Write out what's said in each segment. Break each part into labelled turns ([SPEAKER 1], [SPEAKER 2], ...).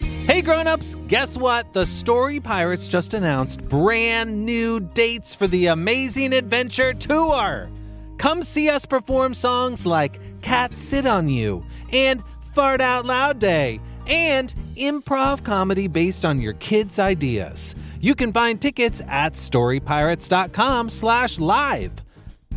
[SPEAKER 1] Hey grown-ups, guess what? The Story Pirates just announced brand new dates for the Amazing Adventure Tour. Come see us perform songs like Cat Sit on You and Fart Out Loud Day and improv comedy based on your kids' ideas. You can find tickets at storypirates.com/live.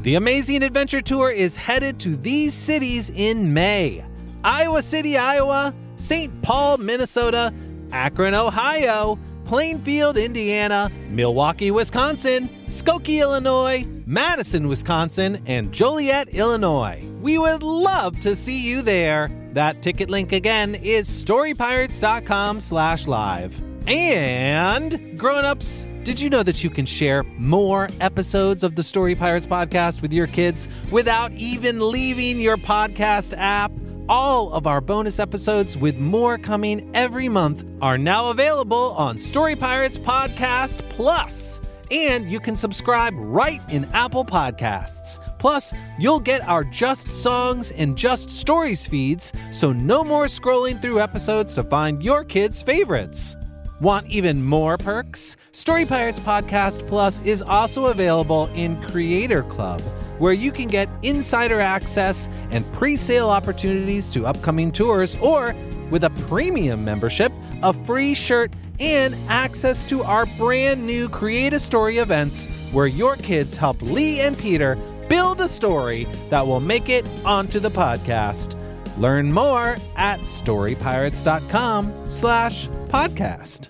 [SPEAKER 1] The Amazing Adventure Tour is headed to these cities in May. Iowa City, Iowa, St. Paul, Minnesota, Akron, Ohio, Plainfield, Indiana, Milwaukee, Wisconsin, Skokie, Illinois, Madison, Wisconsin, and Joliet, Illinois. We would love to see you there. That ticket link again is storypirates.com slash live. And grown-ups, did you know that you can share more episodes of the Story Pirates podcast with your kids without even leaving your podcast app? All of our bonus episodes with more coming every month are now available on Story Pirates Podcast Plus. And you can subscribe right in Apple Podcasts. Plus, you'll get our Just Songs and Just Stories feeds, so no more scrolling through episodes to find your kids' favorites. Want even more perks? Story Pirates Podcast Plus is also available in Creator Club, where you can get insider access and pre sale opportunities to upcoming tours, or with a premium membership, a free shirt, and access to our brand new Create a Story events, where your kids help Lee and Peter build a story that will make it onto the podcast. Learn more at storypirates.com slash podcast.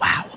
[SPEAKER 2] Wow,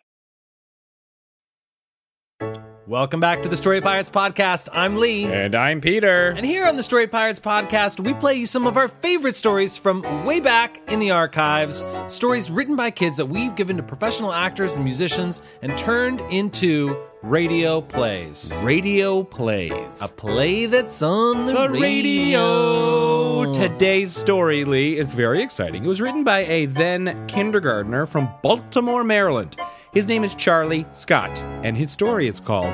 [SPEAKER 1] Welcome back to the Story Pirates Podcast. I'm Lee.
[SPEAKER 3] And I'm Peter.
[SPEAKER 1] And here on the Story Pirates podcast, we play you some of our favorite stories from way back in the archives. Stories written by kids that we've given to professional actors and musicians and turned into radio plays.
[SPEAKER 3] Radio plays.
[SPEAKER 1] A play that's on the,
[SPEAKER 3] The
[SPEAKER 1] radio.
[SPEAKER 3] radio. Today's story, Lee, is very exciting. It was written by a then kindergartner from Baltimore, Maryland. His name is Charlie Scott, and his story is called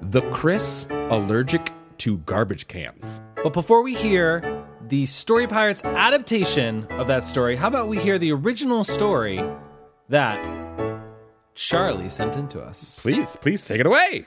[SPEAKER 3] The Chris Allergic to Garbage Cans.
[SPEAKER 1] But before we hear the Story Pirates adaptation of that story, how about we hear the original story that Charlie sent in to us?
[SPEAKER 3] Please, please take it away.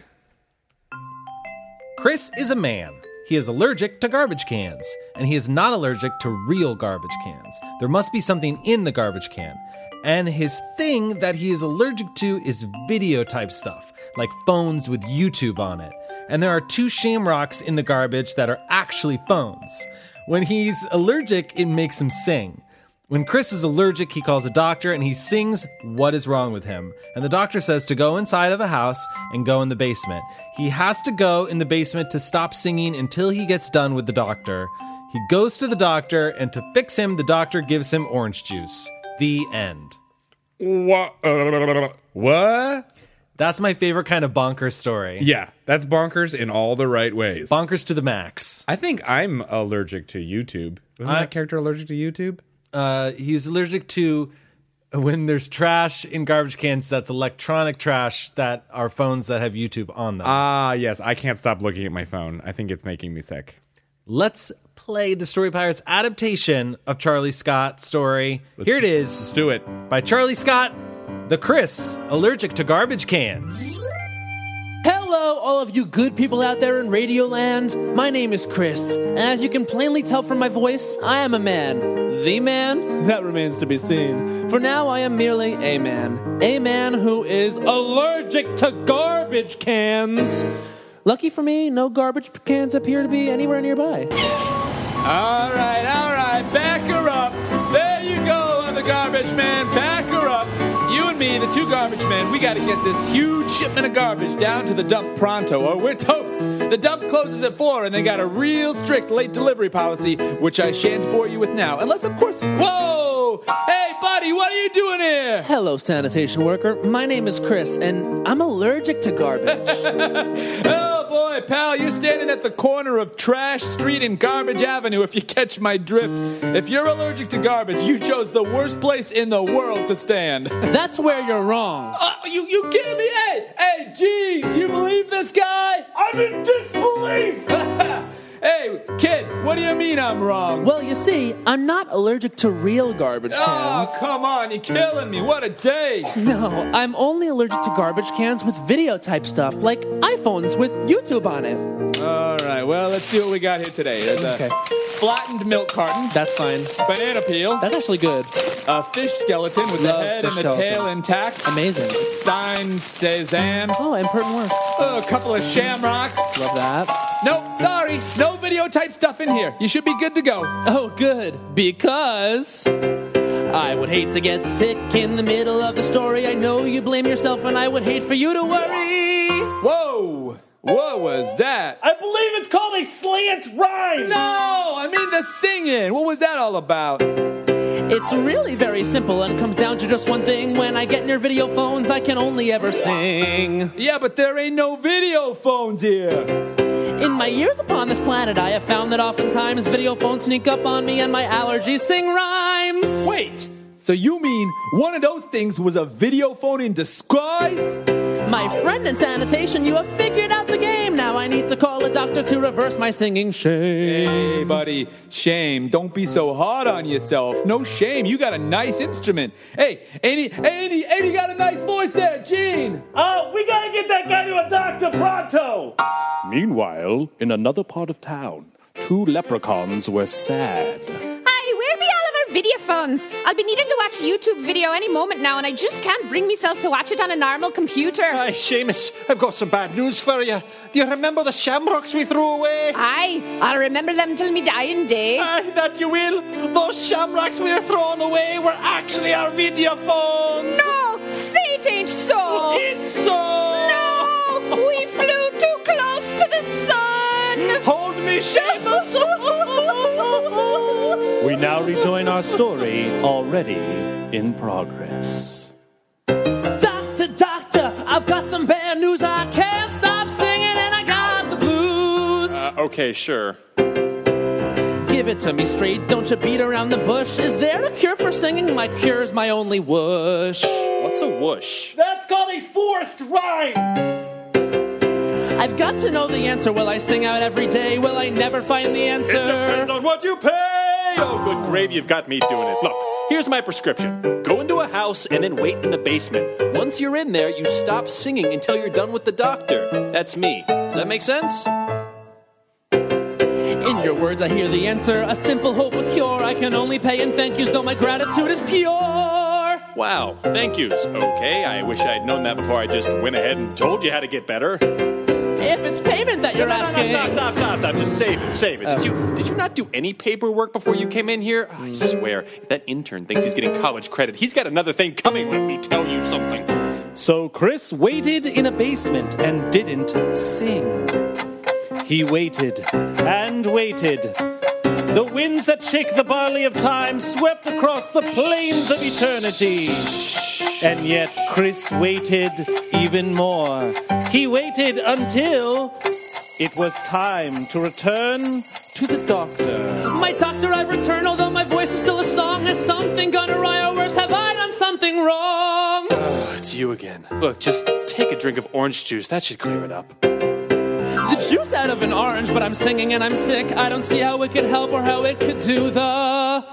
[SPEAKER 1] Chris is a man. He is allergic to garbage cans, and he is not allergic to real garbage cans. There must be something in the garbage can. And his thing that he is allergic to is video type stuff, like phones with YouTube on it. And there are two shamrocks in the garbage that are actually phones. When he's allergic, it makes him sing. When Chris is allergic, he calls a doctor and he sings what is wrong with him. And the doctor says to go inside of a house and go in the basement. He has to go in the basement to stop singing until he gets done with the doctor. He goes to the doctor, and to fix him, the doctor gives him orange juice. The end.
[SPEAKER 3] What? what?
[SPEAKER 1] That's my favorite kind of bonkers story.
[SPEAKER 3] Yeah, that's bonkers in all the right ways.
[SPEAKER 1] Bonkers to the max.
[SPEAKER 3] I think I'm allergic to YouTube. Wasn't that character allergic to YouTube?
[SPEAKER 1] Uh, he's allergic to when there's trash in garbage cans that's electronic trash that are phones that have YouTube on them.
[SPEAKER 3] Ah, yes. I can't stop looking at my phone. I think it's making me sick.
[SPEAKER 1] let's play the Story Pirates adaptation of Charlie Scott's story. Here it is
[SPEAKER 3] Let's do it.
[SPEAKER 1] by Charlie Scott, the Chris, allergic to garbage cans.
[SPEAKER 4] Hello, all of you good people out there in Radioland. My name is Chris, and as you can plainly tell from my voice, I am a man. The man? That remains to be seen. For now, I am merely a man. A man who is allergic to garbage cans. Lucky for me, no garbage cans appear to be anywhere nearby.
[SPEAKER 5] All right, all right, back her up. There you go, on the garbage man. Back her up. You and me, the two garbage men, we got to get this huge shipment of garbage down to the dump pronto, or we're toast. The dump closes at four, and they got a real strict late delivery policy, which I shan't bore you with now, unless, of course. Whoa! Hey, buddy, what are you doing here?
[SPEAKER 4] Hello, sanitation worker. My name is Chris, and I'm allergic to garbage.
[SPEAKER 5] Oh boy, pal, you're standing at the corner of Trash Street and Garbage Avenue if you catch my drift. If you're allergic to garbage, you chose the worst place in the world to stand.
[SPEAKER 4] That's where you're wrong.
[SPEAKER 5] Oh, you you kidding me? Hey, hey, Gene, do you believe this guy? I'm in disbelief! hey, kid, what do you mean I'm wrong?
[SPEAKER 4] Well, you see, I'm not allergic to real garbage cans.
[SPEAKER 5] Oh, come on, you're killing me. What a day.
[SPEAKER 4] No, I'm only allergic to garbage cans with video type stuff, like iPhones with YouTube on it.
[SPEAKER 5] All right, well, let's see what we got here today. There's a
[SPEAKER 4] Okay.
[SPEAKER 5] flattened milk carton,
[SPEAKER 4] That's fine.
[SPEAKER 5] banana peel,
[SPEAKER 4] That's actually good.
[SPEAKER 5] a fish skeleton with
[SPEAKER 4] Love
[SPEAKER 5] the head and
[SPEAKER 4] fish
[SPEAKER 5] the tail
[SPEAKER 4] skeletons.
[SPEAKER 5] intact,
[SPEAKER 4] Amazing.
[SPEAKER 5] Sign Cezanne.
[SPEAKER 4] Oh, important work.
[SPEAKER 5] A couple of shamrocks.
[SPEAKER 4] Love that.
[SPEAKER 5] No, sorry. No video type stuff in here. You should be good to go.
[SPEAKER 4] Oh, good. Because. I would hate to get sick in the middle of the story. I know you blame yourself, and I would hate for you to worry.
[SPEAKER 5] Whoa. What was that?
[SPEAKER 6] I believe it's called a slant rhyme.
[SPEAKER 5] No, I mean the singing. What was that all about?
[SPEAKER 4] It's really very simple and comes down to just one thing. When I get near video phones, I can only ever sing.
[SPEAKER 5] Yeah, but there ain't no video phones here.
[SPEAKER 4] In my years upon this planet, I have found that oftentimes video phones sneak up on me and my allergies sing rhymes.
[SPEAKER 5] Wait. So you mean one of those things was a video phone in disguise?
[SPEAKER 4] My friend in sanitation, you have figured out the game. Now I need to call a doctor to reverse my singing shame.
[SPEAKER 5] Hey, buddy, shame. Don't be so hard on yourself. No shame. You got a nice instrument. Hey, ain't he, ain't he, ain't he got a nice voice there, Gene?
[SPEAKER 6] Uh, we gotta get that guy to a doctor pronto.
[SPEAKER 7] Meanwhile, in another part of town, two leprechauns were sad.
[SPEAKER 8] Hi, where be all of our video phones? I'll be needing to watch YouTube video any moment now, and I just can't bring myself to watch it on a normal computer.
[SPEAKER 9] Hey, Seamus, I've got some bad news for you. Do you remember the shamrocks we threw away?
[SPEAKER 8] Aye, I'll remember them till me dying day.
[SPEAKER 9] Aye, that you will. Those shamrocks we were throwing away were actually our video phones.
[SPEAKER 8] No, say it ain't so.
[SPEAKER 9] It's so.
[SPEAKER 8] No, we flew too close to the sun.
[SPEAKER 9] Hold me, Seamus.
[SPEAKER 7] We now rejoin our story already in progress.
[SPEAKER 4] Doctor, doctor, I've got some bad news. I can't stop singing and I got the blues.
[SPEAKER 9] Uh, okay, sure.
[SPEAKER 4] Give it to me straight, don't you beat around the bush. Is there a cure for singing? My cure's my only wish.
[SPEAKER 9] What's a whoosh?
[SPEAKER 6] That's called a forced rhyme.
[SPEAKER 4] I've got to know the answer. Will I sing out every day? Will I never find the answer?
[SPEAKER 9] on what you pay. Oh, good grave, you've got me doing it. Look, here's my prescription. Go into a house and then wait in the basement. Once you're in there, you stop singing until you're done with the doctor. That's me. Does that make sense?
[SPEAKER 4] In your words, I hear the answer. A simple hope, a cure. I can only pay in thank yous, though my gratitude is pure.
[SPEAKER 9] Wow, thank yous. Okay, I wish I'd known that before I just went ahead and told you how to get better.
[SPEAKER 4] If it's payment that you're
[SPEAKER 9] no, no,
[SPEAKER 4] asking.
[SPEAKER 9] no, stop, stop, stop, stop. Just save it, save it. Did you did you not do any paperwork before you came in here? I swear, if that intern thinks he's getting college credit, he's got another thing coming. Let me tell you something.
[SPEAKER 7] So Chris waited in a basement and didn't sing. He waited and waited. The winds that shake the barley of time swept across the plains of eternity. And yet Chris waited even more. He waited until it was time to return to the doctor.
[SPEAKER 4] My doctor, I return, although my voice is still a song. Has something gone awry or worse? Have I done something wrong?
[SPEAKER 9] It's you again. Look, just take a drink of orange juice. That should clear it up.
[SPEAKER 4] The juice out of an orange, but I'm singing and I'm sick. I don't see how it could help or how it could do the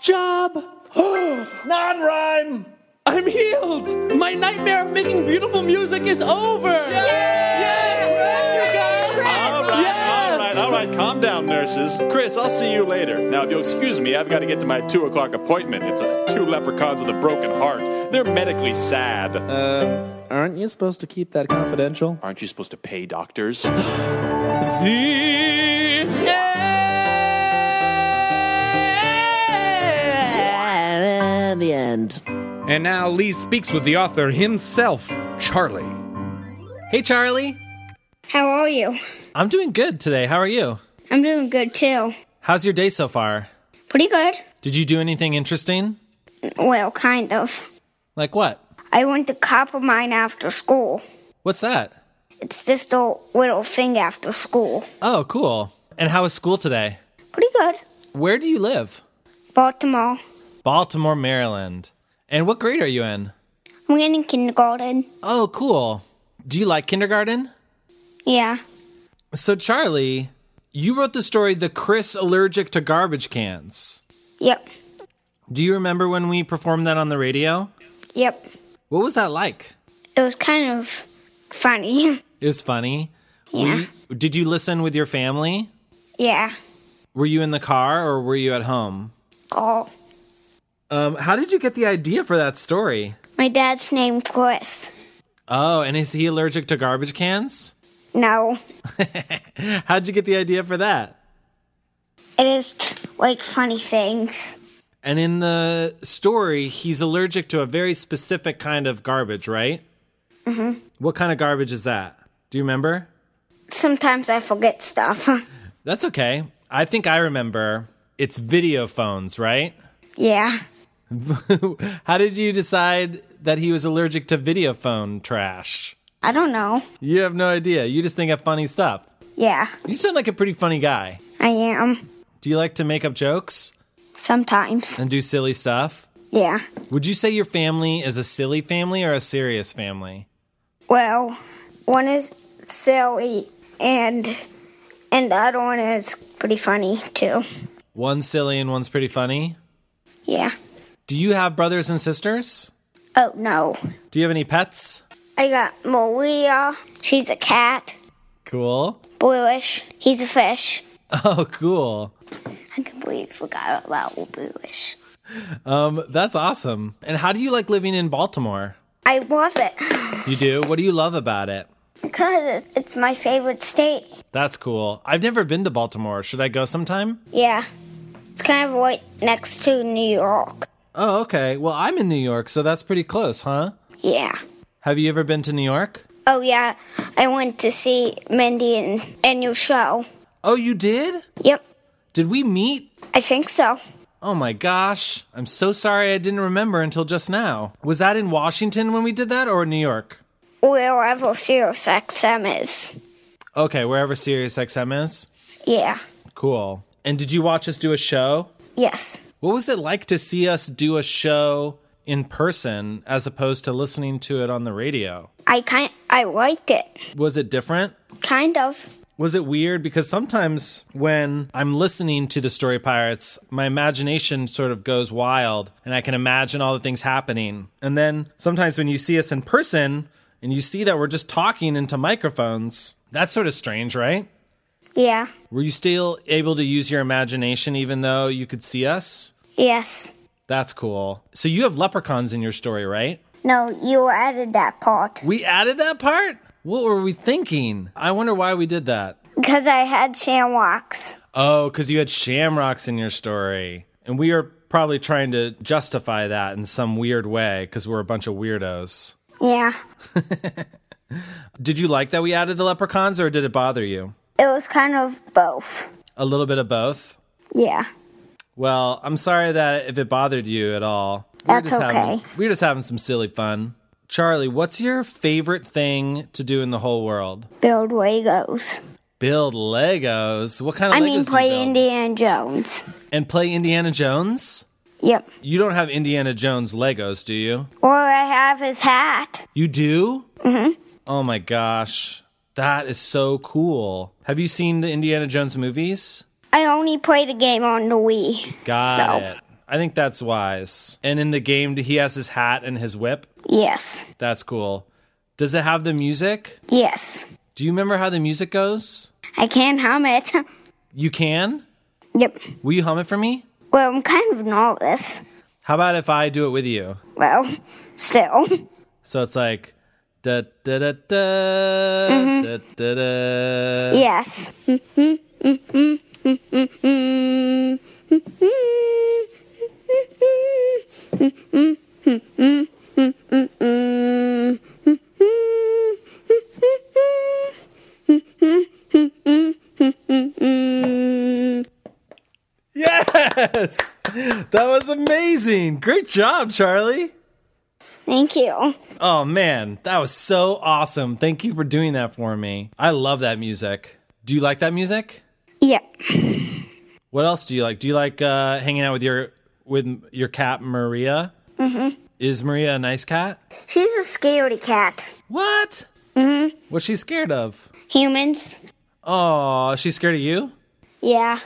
[SPEAKER 4] job.
[SPEAKER 6] Non rhyme.
[SPEAKER 4] I'm I'm healed. My nightmare of making beautiful music is over. Yeah, you guys.
[SPEAKER 9] All right, all right, all right. Calm down, nurses. Chris, I'll see you later. Now, if you'll excuse me, I've got to get to my two o'clock appointment. It's uh, two leprechauns with a broken heart. They're medically sad.
[SPEAKER 4] Aren't you supposed to keep that confidential?
[SPEAKER 9] Aren't you supposed to pay doctors?
[SPEAKER 4] The end. The end.
[SPEAKER 3] And now Lee speaks with the author himself, Charlie.
[SPEAKER 10] Hey, Charlie.
[SPEAKER 11] How are you?
[SPEAKER 10] I'm doing good today. How are you?
[SPEAKER 11] I'm doing good too.
[SPEAKER 10] How's your day so far?
[SPEAKER 11] Pretty good.
[SPEAKER 10] Did you do anything interesting?
[SPEAKER 11] Well, kind of.
[SPEAKER 10] Like what?
[SPEAKER 11] I went to copper mine after school.
[SPEAKER 10] What's that?
[SPEAKER 11] It's this little, little thing after school.
[SPEAKER 10] Oh, cool. And how is school today?
[SPEAKER 11] Pretty good.
[SPEAKER 10] Where do you live?
[SPEAKER 11] Baltimore.
[SPEAKER 10] Baltimore, Maryland. And what grade are you in?
[SPEAKER 11] I'm in kindergarten.
[SPEAKER 10] Oh, cool. Do you like kindergarten?
[SPEAKER 11] Yeah.
[SPEAKER 10] So, Charlie, you wrote the story The Chris Allergic to Garbage Cans.
[SPEAKER 11] Yep.
[SPEAKER 10] Do you remember when we performed that on the radio?
[SPEAKER 11] Yep.
[SPEAKER 10] What was that like?
[SPEAKER 11] It was kind of funny.
[SPEAKER 10] It was funny.
[SPEAKER 11] Yeah.
[SPEAKER 1] Mm-hmm.
[SPEAKER 10] Did you listen with your family?
[SPEAKER 11] Yeah.
[SPEAKER 10] Were you in the car or were you at home?
[SPEAKER 11] Oh.
[SPEAKER 10] Um, how did you get the idea for that story?
[SPEAKER 11] My dad's name Chris.
[SPEAKER 10] Oh, and is he allergic to garbage cans?
[SPEAKER 11] No.
[SPEAKER 10] How'd you get the idea for that?
[SPEAKER 11] It is t- like funny things.
[SPEAKER 10] And in the story, he's allergic to a very specific kind of garbage, right? Mm-hmm. What kind of garbage is that? Do you remember?
[SPEAKER 11] Sometimes I forget stuff.
[SPEAKER 10] That's okay. I think I remember. It's video phones, right?
[SPEAKER 11] yeah.
[SPEAKER 10] How did you decide that he was allergic to video phone trash?
[SPEAKER 11] I don't know.
[SPEAKER 10] You have no idea. You just think of funny stuff.
[SPEAKER 11] Yeah,
[SPEAKER 10] You sound like a pretty funny guy.
[SPEAKER 11] I am.
[SPEAKER 10] Do you like to make up jokes
[SPEAKER 11] Sometimes.
[SPEAKER 10] and do silly stuff?
[SPEAKER 11] Yeah.
[SPEAKER 10] Would you say your family is a silly family or a serious family?
[SPEAKER 11] Well, one is silly and and the other one is pretty funny too.
[SPEAKER 10] One's silly and one's pretty funny.
[SPEAKER 11] Yeah.
[SPEAKER 10] Do you have brothers and sisters?
[SPEAKER 11] Oh no.
[SPEAKER 10] Do you have any pets?
[SPEAKER 11] I got Maria. She's a cat.
[SPEAKER 10] Cool.
[SPEAKER 11] Bluish. He's a fish.
[SPEAKER 10] Oh, cool.
[SPEAKER 11] I completely forgot about Bluish.
[SPEAKER 10] Um, that's awesome. And how do you like living in Baltimore?
[SPEAKER 11] I love it
[SPEAKER 10] You do? What do you love about it?
[SPEAKER 11] because it- it's my favorite state.
[SPEAKER 10] That's cool. I've never been to Baltimore. Should I go sometime?
[SPEAKER 11] Yeah. It's kind of right next to New York.
[SPEAKER 10] Oh, okay. Well, I'm in New York, so that's pretty close, huh?
[SPEAKER 11] Yeah.
[SPEAKER 10] Have you ever been to New York?
[SPEAKER 11] Oh yeah, I went to see Mindy and, and your show.
[SPEAKER 10] Oh, you did?
[SPEAKER 11] Yep,
[SPEAKER 10] Did we meet?
[SPEAKER 11] I think so.
[SPEAKER 10] Oh my gosh. I'm so sorry I didn't remember until just now. Was that in Washington when we did that or in New York?
[SPEAKER 11] Wherever Sirius XM is.
[SPEAKER 10] Okay, wherever SiriusXM is.
[SPEAKER 11] Yeah.
[SPEAKER 10] Cool. And did you watch us do a show?
[SPEAKER 11] Yes.
[SPEAKER 10] What was it like to see us do a show in person as opposed to listening to it on the radio?
[SPEAKER 11] I kind I liked it.
[SPEAKER 10] Was it different?
[SPEAKER 11] Kind of.
[SPEAKER 10] Was it weird? Because sometimes when I'm listening to the Story Pirates, my imagination sort of goes wild and I can imagine all the things happening. And then sometimes when you see us in person and you see that we're just talking into microphones, that's sort of strange, right?
[SPEAKER 11] Yeah.
[SPEAKER 10] Were you still able to use your imagination even though you could see us?
[SPEAKER 11] Yes.
[SPEAKER 10] That's cool. So you have leprechauns in your story, right?
[SPEAKER 11] No, you added that part
[SPEAKER 10] We added that part? What were we thinking? I wonder why we did that.
[SPEAKER 11] because I had shamrocks.
[SPEAKER 10] Oh, because you had shamrocks in your story. And we are probably trying to justify that in some weird way because we're a bunch of weirdos.
[SPEAKER 11] Yeah.
[SPEAKER 10] Did you like that we added the leprechauns or did it bother you?
[SPEAKER 11] It was kind of both.
[SPEAKER 10] A little bit of both.
[SPEAKER 11] Yeah.
[SPEAKER 10] Well, I'm sorry that if it bothered you at all.
[SPEAKER 11] That's
[SPEAKER 10] having,
[SPEAKER 11] okay.
[SPEAKER 10] We're just having some silly fun. Charlie, what's your favorite thing to do in the whole world?
[SPEAKER 11] Build Legos.
[SPEAKER 10] Build Legos. What kind of
[SPEAKER 11] I
[SPEAKER 10] Legos
[SPEAKER 11] mean,
[SPEAKER 10] do
[SPEAKER 11] play
[SPEAKER 10] you build?
[SPEAKER 11] Indiana Jones.
[SPEAKER 10] and play Indiana Jones?
[SPEAKER 11] Yep.
[SPEAKER 10] You don't have Indiana Jones Legos, do you?
[SPEAKER 11] Or I have his hat.
[SPEAKER 10] You do? Mm-hmm. Oh my gosh. That is so cool. Have you seen the Indiana Jones movies?
[SPEAKER 11] I only play the game on the Wii.
[SPEAKER 10] Got
[SPEAKER 11] So-
[SPEAKER 10] it. I I think that's wise. And in the game, he has his hat and his whip.
[SPEAKER 11] Yes.
[SPEAKER 10] That's cool. Does it have the music?
[SPEAKER 11] Yes.
[SPEAKER 10] Do you remember how the music goes?
[SPEAKER 11] I can hum it.
[SPEAKER 10] You can?
[SPEAKER 11] yep.
[SPEAKER 10] Will you hum it for me?
[SPEAKER 11] Well, I'm kind of novice.
[SPEAKER 10] How about if I do it with you?
[SPEAKER 11] Well, still.
[SPEAKER 10] So it's like da da da da da da da.
[SPEAKER 11] Yes.
[SPEAKER 10] Yes, that was amazing. Great job, Charlie.
[SPEAKER 11] Thank you.
[SPEAKER 10] Oh man, that was so awesome. Thank you for doing that for me. I love that music. Do you like that music?
[SPEAKER 11] Yep.
[SPEAKER 10] What else do you like? Do you like uh, hanging out with your with your cat Maria? Mm-hmm. Is Maria a nice cat?
[SPEAKER 11] She's a scaredy cat.
[SPEAKER 10] What? Mm-hmm. What's she scared of?
[SPEAKER 11] Humans.
[SPEAKER 10] Oh, she's scared of you?
[SPEAKER 11] Yeah.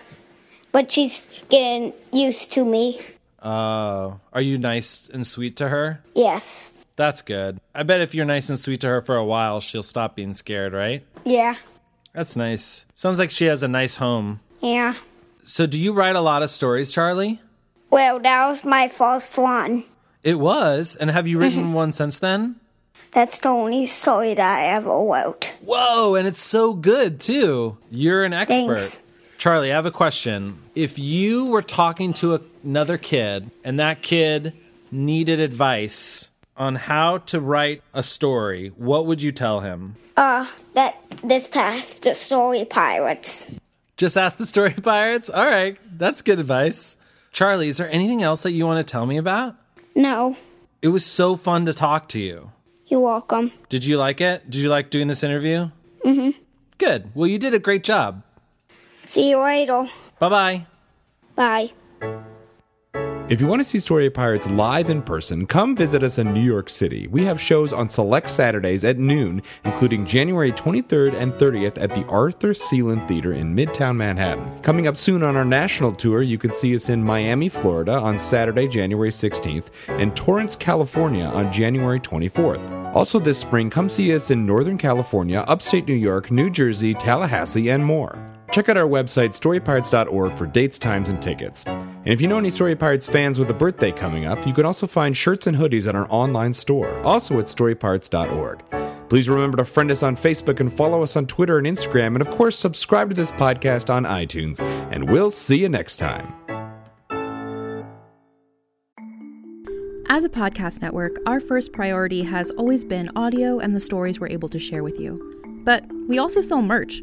[SPEAKER 11] But she's getting used to me.
[SPEAKER 10] Oh, are you nice and sweet to her?
[SPEAKER 11] Yes.
[SPEAKER 10] That's good. I bet if you're nice and sweet to her for a while, she'll stop being scared, right?
[SPEAKER 11] Yeah.
[SPEAKER 10] That's nice. Sounds like she has a nice home.
[SPEAKER 11] Yeah.
[SPEAKER 10] So, do you write a lot of stories, Charlie?
[SPEAKER 11] Well, that was my first one.
[SPEAKER 10] It was. And have you written one since then?
[SPEAKER 11] That's the only story that I ever wrote.
[SPEAKER 10] Whoa, and it's so good, too. You're an expert.
[SPEAKER 11] Thanks.
[SPEAKER 10] Charlie, I have a question. If you were talking to a- another kid and that kid needed advice on how to write a story, what would you tell him?
[SPEAKER 11] Uh, That this task, the story pirates.
[SPEAKER 10] Just ask the story pirates. All right, that's good advice. Charlie, is there anything else that you want to tell me about?
[SPEAKER 11] No,
[SPEAKER 10] It was so fun to talk to you.
[SPEAKER 11] you're welcome.
[SPEAKER 10] Did you like it? Did you like doing this interview? Mm-hmm. Good. Well, you did a great job.
[SPEAKER 11] See you later.
[SPEAKER 10] Bye bye.
[SPEAKER 11] Bye.
[SPEAKER 3] If you want to see Story of Pirates live in person, come visit us in New York City. We have shows on select Saturdays at noon, including January 23rd and 30th at the Arthur Seelan Theater in Midtown Manhattan. Coming up soon on our national tour, you can see us in Miami, Florida on Saturday, January 16th, and Torrance, California on January 24th. Also, this spring, come see us in Northern California, upstate New York, New Jersey, Tallahassee, and more. Check out our website, storypirates.org, for dates, times, and tickets. And if you know any Story Pirates fans with a birthday coming up, you can also find shirts and hoodies at our online store, also at storypirates.org. Please remember to friend us on Facebook and follow us on Twitter and Instagram, and of course, subscribe to this podcast on iTunes. And we'll see you next time.
[SPEAKER 12] As a podcast network, our first priority has always been audio and the stories we're able to share with you. But we also sell merch,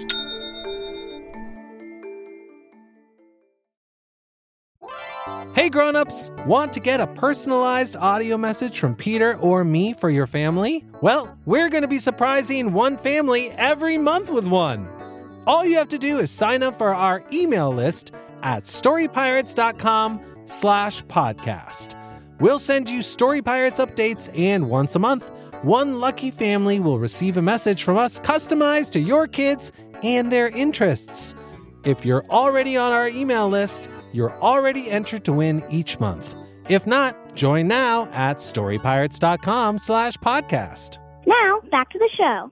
[SPEAKER 1] Hey grown-ups, want to get a personalized audio message from Peter or me for your family? Well, we're going to be surprising one family every month with one. All you have to do is sign up for our email list at storypirates.com/family. slash podcast. We'll send you Story Pirates updates, and once a month, one lucky family will receive a message from us customized to your kids and their interests. If you're already on our email list, you're already entered to win each month. If not, join now at storypirates.com slash podcast.
[SPEAKER 11] Now, back to the show.